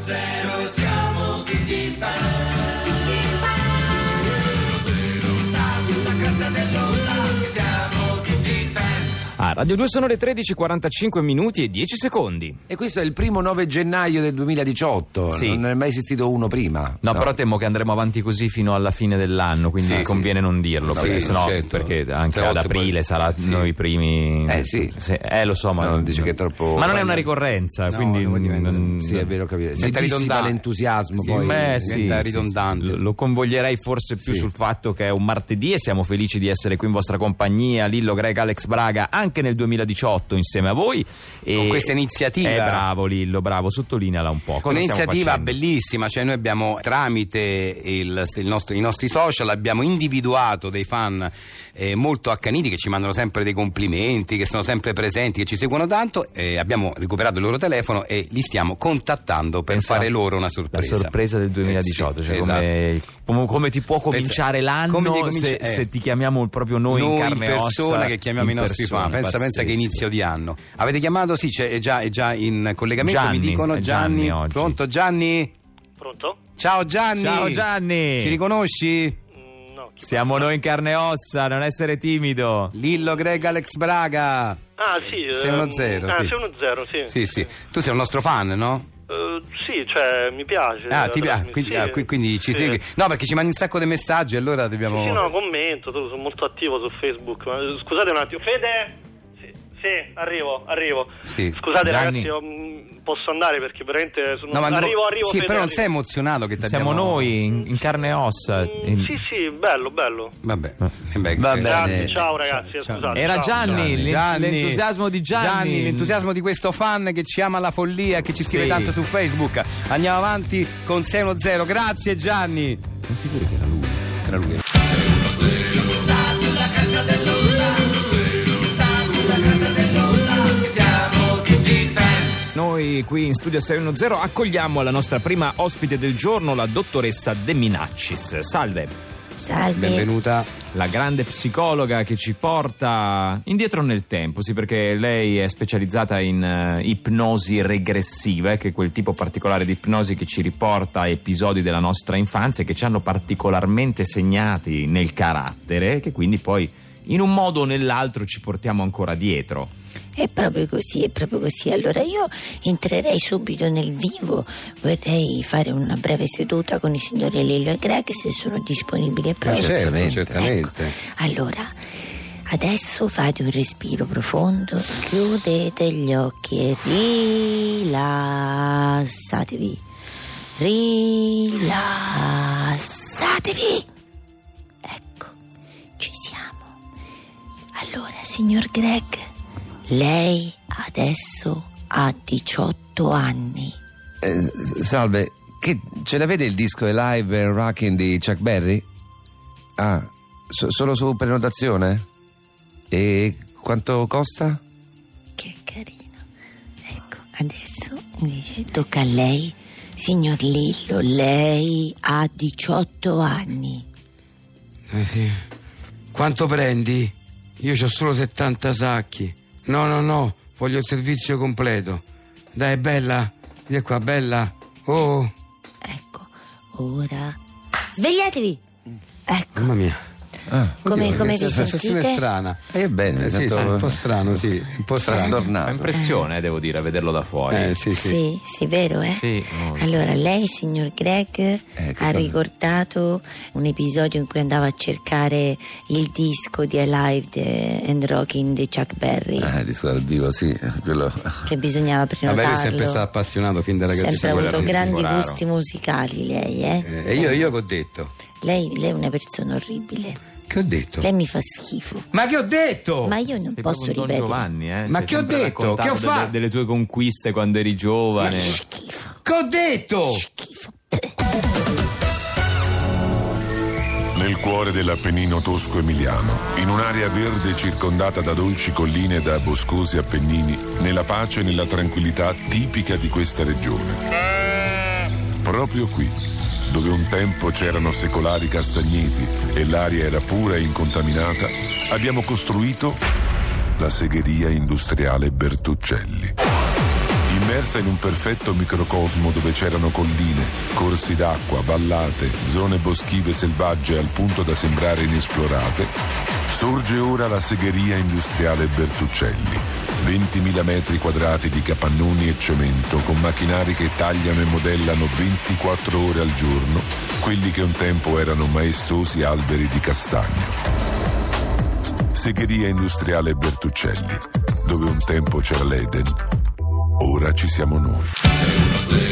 zero siamo tutti fan. Sulla cresta dell'onda siamo tutti fan. A Radio 2 sono le 13.45 minuti e 10 secondi. E questo è il primo 9 gennaio del 2018, Sì. non è mai esistito uno prima. No, però temo che andremo avanti così fino alla fine dell'anno, quindi Sì, conviene sì. non dirlo, Sì, perché sennò certo. perché anche Se no ad ti puoi- aprile sarà Sì. noi i primi. Eh, sì. eh, lo so, ma No, dice che è troppo- Ma non è una ricorrenza, quindi non diventa- non- sì, è vero capire. Si Diventa dissipa ridondante. l'entusiasmo Sì, poi. Beh, diventa sì, sì, ridondante. sì. Lo- Lo convoglierei forse più Sì. sul fatto che è un martedì e siamo felici di essere qui in vostra compagnia, Lillo Greg, Alex Braga, anche nel 2018 insieme a voi. E Con questa iniziativa. Eh, bravo Lillo, bravo, sottolineala un po'. Cosa stiamo Un'iniziativa facendo? bellissima, cioè noi abbiamo tramite il- il nostro- i nostri social abbiamo individuato dei fan eh, molto accaniti che ci mandano sempre dei complimenti, che sono sempre presenti, che ci seguono tanto, eh, abbiamo recuperato il loro telefono e li stiamo contattando per Pensa- fare loro una sorpresa. Esatto. La sorpresa del 2018, Eh sì, cioè esatto. come, come- come ti può cominciare Pensa- l'anno come ti cominci- se, eh. se ti chiamiamo proprio noi, in carne e persona ossa, che chiamiamo in i nostri persona, fan. Pensa, pensa che pazzesco. inizio di anno. Avete chiamato? Sì, c'è, è, già, è già in collegamento. Gianni, mi dicono è Gianni Gianni. oggi. pronto Gianni? Pronto? Ciao Gianni. Ciao Gianni! Ci riconosci? Mm, No. chi Siamo noi in carne e ossa, non essere timido. Lillo Greg Alex Braga. parla? Ah, sì. Sei uno ehm, zero, Ah, sì. sei uno zero, sì. Sì, sì. Tu sei un nostro fan, no? Eh, sì, cioè, mi piace. Ah, ti Allora, piace? mi- Quindi, sì, ah, qui- quindi ci sì. segui. No, perché ci mandi un sacco di messaggi e allora dobbiamo. Sì, sì, no, commento, sono molto attivo su Facebook. ma, eh, Scusate un attimo, Fede? Sì, sì, arrivo, arrivo. Sì. Scusate Gianni? ragazzi, ho- mm, posso andare perché veramente sono... No, ma no- arrivo, arrivo, Sì, Fede, però non arrivo. sei emozionato che ti Siamo abbiamo- noi in, in carne e ossa. Mm, Sì, sì, bello, bello. Vabbè. eh beh, Va eh, bene. Grazie, ciao ragazzi, eh, scusate. Era ciao. Gianni, Gianni. l'en- l'entusiasmo di Gianni. l'entusiasmo di questo fan che ci ama la follia, che ci scrive Sì. tanto su Facebook. Andiamo avanti con 610. Grazie Gianni. Noi qui in Studio 610 accogliamo la nostra prima ospite del giorno, la dottoressa De Minaccis. Salve, Salve. Benvenuta. la grande psicologa che ci porta indietro nel tempo, sì, perché lei è specializzata in eh, ipnosi regressive, che è quel tipo particolare di ipnosi che ci riporta a episodi della nostra infanzia e che ci hanno particolarmente segnati nel carattere, che quindi poi in un modo o nell'altro ci portiamo ancora dietro. È proprio così, è proprio così. Allora io entrerei subito nel vivo, vorrei fare una breve seduta con i signori Lillo e Greg se sono disponibili e pronti. certamente, Ecco. certamente. Allora, adesso fate un respiro profondo, chiudete gli occhi e rilassatevi. Rilassatevi. Ecco, ci siamo. Allora, signor Greg, lei adesso ha 18 anni. Eh, salve, che, ce l'avete il disco e live eh, Rockin' di Chuck Berry? Ah, so- solo su prenotazione? E quanto costa? Che carino. Ecco, adesso invece tocca a lei, signor Lillo. Lei ha 18 anni. Eh sì. Quanto prendi? Io ho solo 70 sacchi. No, no, no, voglio il servizio completo. Dai, bella, vieni qua, bella. Oh, Ecco, ora... Svegliatevi! Ecco, mamma mia. come, come vi Questa sensazione sentite? strana. Eh, bene, Eh, sì, tanto- sì, un po' strano, sì, un po' strano. Fa Trastornato. impressione, eh, devo dire, vederlo da fuori. Ah. Eh, sì, sì. Sì, sì, vero, eh? Sì, molto. Allora, lei, signor Greg, che ha cosa? ricordato un episodio in cui andava a cercare il disco di Alive the- and Rockin' di Chuck Berry, Ah, il disco dal vivo, sì, quello... che bisognava Vabbè, prenotarlo. lui è sempre stato appassionato fin da ragazzino. Sempre quella avuto sì, sì. grandi raro. gusti musicali, lei, eh? Eh, E io, io che ho detto? Lei, lei è una persona orribile. Che ho detto? Lei mi fa schifo. Ma che ho detto? Ma io non Sei posso proprio un Don ripetere. Giovanni, eh? Ma Ci hai che ho sempre detto? raccontato Che ho delle- fatto? Delle tue conquiste quando eri Ma giovane. che schifo, Che ho detto? schifo. Pff. Nel cuore dell'Appennino tosco-emiliano, in un'area verde circondata da dolci colline e da boscosi appennini, nella pace e nella tranquillità tipica di questa regione. Proprio qui, dove un tempo c'erano secolari castagneti e l'aria era pura e incontaminata, abbiamo costruito la segheria industriale Bertuccelli. Immersa in un perfetto microcosmo dove c'erano colline, corsi d'acqua, vallate, zone boschive selvagge al punto da sembrare inesplorate, sorge ora la segheria industriale Bertuccelli. 20.000 metri quadrati di capannoni e cemento con macchinari che tagliano e modellano 24 ore al giorno quelli che un tempo erano maestosi alberi di castagno. Segheria industriale Bertuccelli, dove un tempo c'era l'Eden, ora ci siamo noi.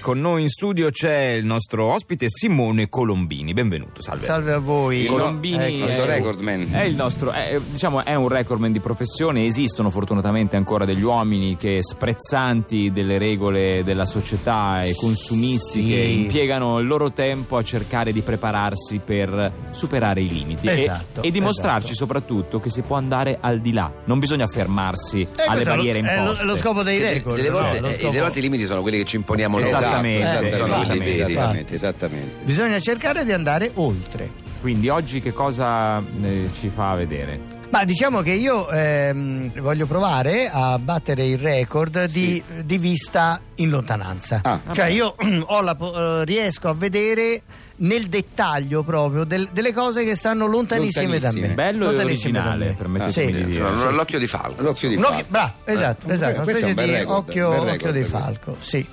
Con noi in studio c'è il nostro ospite Simone Colombini. Benvenuto, salve. Salve a voi. Il Colombini no- ecco, il nostro è- recordman. È il nostro, è, diciamo, è un recordman di professione. Esistono fortunatamente ancora degli uomini che, sprezzanti delle regole della società e consumistiche, Sì. impiegano il loro tempo a cercare di prepararsi per superare i limiti e- Esatto, e, dimostrarci esatto. soprattutto che si può andare al di là. Non bisogna fermarsi Eh, alle questo è lo- barriere è lo- imposte. È lo scopo dei Che de- record. delle, no? volte, Lo eh, scopo- delle volte i limiti sono quelli che ci imponiamo noi. Esattamente, Esatto, esatto, sono quelli esattamente, veri. esattamente, esattamente. Bisogna cercare di andare oltre. Quindi oggi che cosa eh, ci fa vedere? Ma diciamo che io ehm, voglio provare a battere il record di, di vista in lontananza. Ah. cioè io ho la po- eh, riesco a vedere nel dettaglio proprio del- delle cose che stanno lontanissime, da me. Lontanissime. Bello e Lontanissime da originale, me. permettetemi Sì. di dire. Sono Esatto. L'occhio di falco. L'occhio di Un occhio- falco. bravo, esatto, Eh, esatto, una questo è specie un bel di record, occhio, bel occhio record di questo. falco, sì.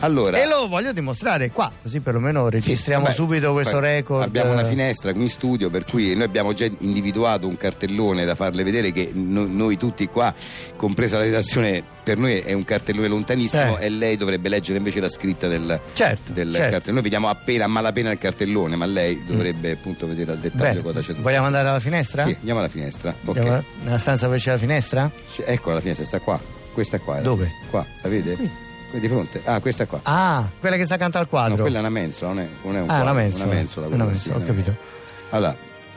Allora, E lo voglio dimostrare qua, così perlomeno Sì, registriamo vabbè, subito questo poi record. Abbiamo una finestra qui in studio, per cui noi abbiamo già individuato un cartellone da farle vedere che no- noi tutti qua, compresa la redazione, per noi è un cartellone lontanissimo Eh. e lei dovrebbe leggere invece la scritta del, Certo, del certo. Mm. cartellone. Noi vediamo appena, a malapena il cartellone, ma lei dovrebbe appunto vedere al dettaglio Bene, cosa c'è dentro. Vogliamo andare alla finestra? Sì, andiamo alla finestra. Ok. Andiamo eh? nella stanza dove c'è la finestra? Sì, Eccola la finestra, sta qua. Questa qua. era. Dove? Qua, la vede? Qui di fronte. Ah, questa qua. Ah, quella che sta accanto al quadro. No, quella è una mensola, non è, non è un ah, quadro, una mensola. Una mensola, Una quella, mensola, sì, ho una capito. mensola. Allora,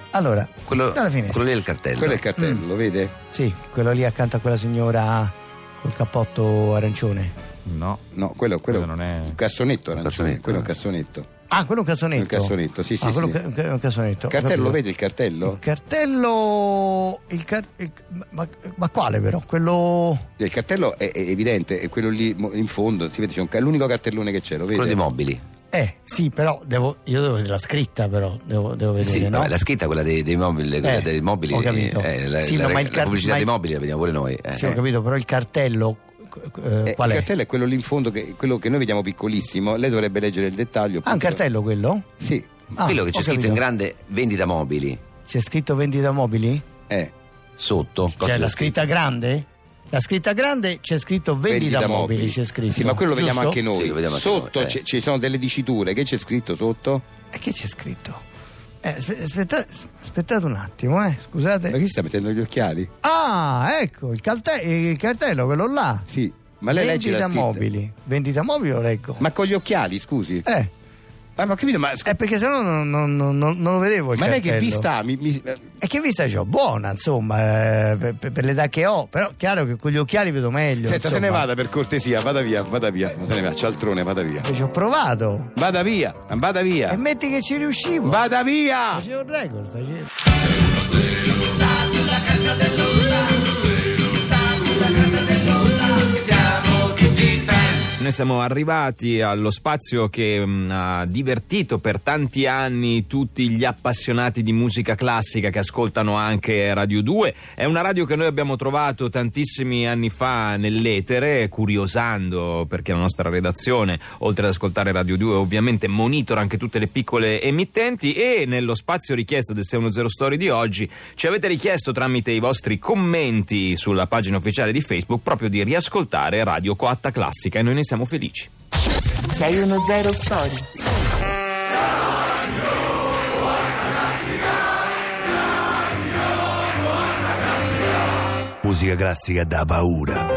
Allora, Quello, dalla finestra. quello lì è il cartello. quello è il cartello, lo vede? Sì, quello lì accanto a quella signora col cappotto arancione. No. No, quello, quello, Quello non è- un cassonetto arancione, Cassonetto, quello è eh. un cassonetto. Ah, quello è un cassonetto. Un cassonetto, sì, sì, Ah, quello sì. è un ca- un cassonetto. ho Cartello, capito. lo vede il cartello? Il cartello. Il car- il- ma, ma quale però? Quello. Il cartello è, è evidente, è quello lì mo- in fondo, si vede, c'è un ca- l'unico cartellone che c'è, lo vede? Quello dei mobili. Eh, sì, però devo, io devo vedere la scritta, però devo, devo vedere, Sì, no? vabbè, la scritta, quella dei, dei mobili, quella Eh, dei mobili, ho capito. eh, la, Sì, la- no, ma il la car- pubblicità ma il- dei mobili la vediamo pure noi. eh. Sì, ho capito, però il cartello. eh, Eh, qual il è? cartello è quello lì in fondo, che, quello che noi vediamo piccolissimo, lei dovrebbe leggere il dettaglio. Ah, un appunto. cartello quello? Sì, Ah, quello che c'è ho scritto capito. in grande vendita mobili C'è scritto vendita mobili? eh, sotto. cosa C'è c'è la scritto? Cioè, scritta grande? La scritta grande c'è scritto vendita, mobili, c'è scritto. Sì, ma quello lo vediamo giusto? anche noi. Sì, lo vediamo anche sotto noi, eh. c'è- ci sono delle diciture, che c'è scritto sotto? E che c'è scritto? Eh, aspe- aspetta- aspettate un attimo, eh, scusate. Ma chi sta mettendo gli occhiali? Ah, ecco, il, calte- il cartello, quello là. Sì, ma lei legge vendita la scritta. mobili. Vendita mobili lo leggo. Ma con gli occhiali, scusi. Eh, Ah, ma ho capito, ma, scu- eh, perché sennò non, non, non- non- non lo vedevo il ma lei che cartello. vista ha? Mi- mi- E che vista c'ho? Buona, insomma, eh, per, per- per l'età che ho. Però chiaro che con gli occhiali vedo meglio. Senta, se ne insomma. vada per cortesia, vada via, vada via. Non se ne va, cialtrone, vada via. Ci ho provato. Vada via, vada E via. metti che ci riuscivo. Vada via! Facevo il record, facevo. Noi siamo arrivati allo spazio che mh, ha divertito per tanti anni tutti gli appassionati di musica classica che ascoltano anche Radio 2. È una radio che noi abbiamo trovato tantissimi anni fa nell'etere, curiosando perché la nostra redazione, oltre ad ascoltare Radio 2, ovviamente monitora anche tutte le piccole emittenti e nello spazio richiesta del 610 Story di oggi ci avete richiesto tramite i vostri commenti sulla pagina ufficiale di Facebook proprio di riascoltare Radio Coatta Classica e noi ne siamo felici. 610 Story. Musica classica da paura.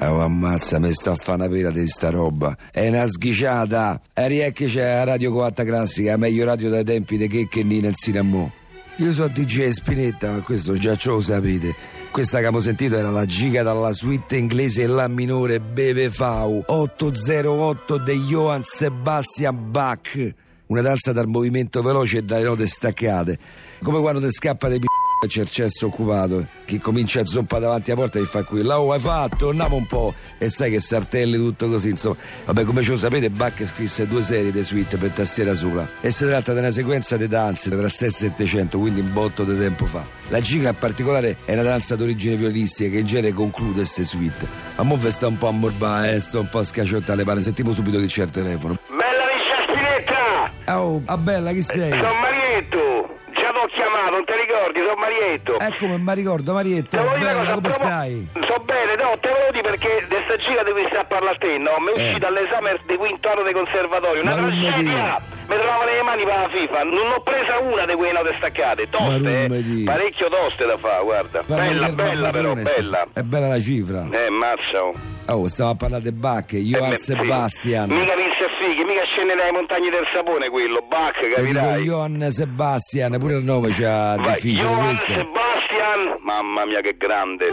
Eh, oh, ammazza, mi sta a fare una pera di sta roba. È una sghiciata. E rieccoci a Radio Coatta Classica, la meglio radio dai tempi di Checche e Nina e Mo. Io sono DJ Spinetta, ma questo già ce lo sapete. Questa che abbiamo sentito era la giga dalla suite inglese La minore Bebe Fau 808 di Johann Sebastian Bach. Una danza dal movimento veloce e dalle note staccate. Come quando ti scappa dei p***o c'è il cesso occupato che comincia a zoppa davanti alla porta e fa qui la oh, hai fatto andiamo un po' e sai che sartelli tutto così insomma vabbè come ce lo sapete Bach scrisse due serie di suite per tastiera sola e si tratta di una sequenza di danze tra 6 e 700 quindi un botto di tempo fa la giga in particolare è una danza d'origine violistica che in genere conclude queste suite ma mo' ve sta un po' a morbà eh, sto un po' a scaciottare pane sentiamo subito che c'è il telefono Bella Alicia Spinetta! oh ah bella chi sei? Sono Marietto! Già l'ho chiamato, non ti ricordi? Sono Marietto! ecco mi ricordo Marietta bella come stai? So bene, no, te lo dico perché di sta gira devi stare a parlare a te, no? Mi uscì dall'esame di quinto anno dei conservatori, una Eh. Ma non mi tragedia! Mi trovavo le mani per la FIFA, non ho presa una di quelle note staccate, toste, non mi eh. dire. parecchio toste da fa, guarda. Guarda, bella, Guillermo bella però, Barbarone, sta- bella. È bella la cifra. Eh, mazza. oh. Oh, stavo a parlare di Bach, Johann Eh, Sebastian. Sì. Mica vinse fighi, mica scende dalle montagne del Sapone quello, Bach, Te dico capirai? Johann Sebastian, pure il nome c'ha Vai, difficile Johann questo. Sebastian, mamma mia che grande.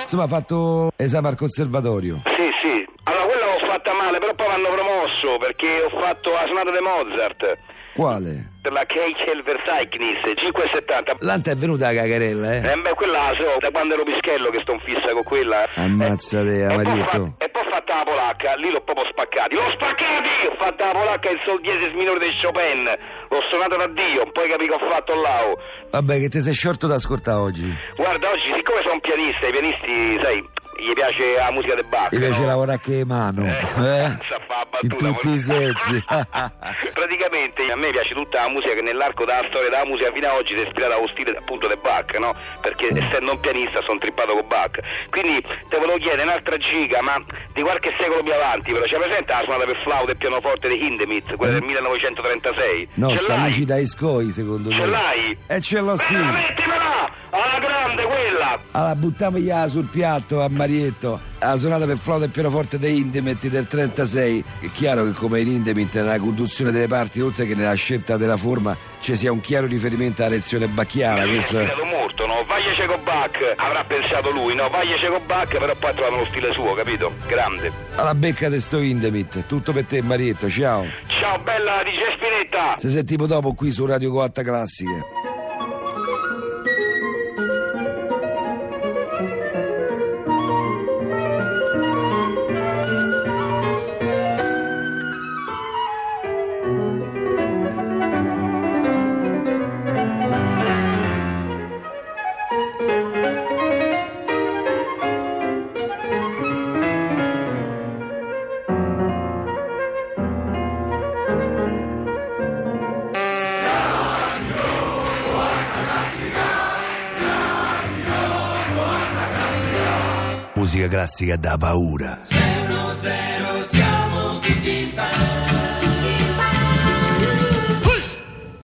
Insomma, ha fatto esame al conservatorio. Sì, sì. Allora quella l'ho fatta male, però poi mi hanno promosso perché ho fatto la sonata di Mozart Quale? per la Keichel Versailles 570. L'anta è venuta la cagarella, eh? Eh beh, quella la so, da quando ero pischello che sto in fissa con quella. eh. Ammazzate, E poi, ho Amarietto. fa- e poi ho fatta la polacca, lì l'ho proprio spaccati. L'ho spaccati! Ho fatto la polacca il sol diesis minore di Chopin. L'ho suonato da Dio, poi capì che ho fatto là. oh. Vabbè, che ti sei sciolto da ascoltare oggi. Guarda, oggi siccome sono un pianista, i pianisti, sai, gli piace la musica del Bach. Ti piace no? lavorare che mano, eh? Eh, sa fa la In battuta, tutti voglio- i sensi. Praticamente a me piace tutta la musica che nell'arco della storia della musica fino ad oggi si è ispirata allo stile appunto del Bach, no? Perché essendo un pianista sono trippato con Bach. Quindi te volevo chiedere un'altra giga, ma di qualche secolo più avanti, però c'è presente la suonata per flauto e pianoforte di Hindemith, quella del 1936? Eh? No, ce sta l'hai? amici da Iscoi, secondo me. Ce l'hai? E ce l'ho sì. Bella, mettimela! Alla grande quella! Allora, buttamigliela sul piatto a Marietto. La sonata per flauto e pianoforte dei Indemit del 36. È chiaro che come in Indemit nella conduzione delle parti, oltre che nella scelta della forma, ci sia un chiaro riferimento alla lezione bacchiana. Mi ha Questo è... ispirato molto, no? Vaglia Cecobacc, avrà pensato lui, no? Vaglia Cecobacc, però poi ha trovato lo stile suo, capito? Grande. Alla becca di sto Indemit. Tutto per te, Marietto. Ciao. Ciao bella DJ Spinetta! Se sentiamo dopo qui su Radio Coatta Classica. Musica classica da paura. Zero, zero, siamo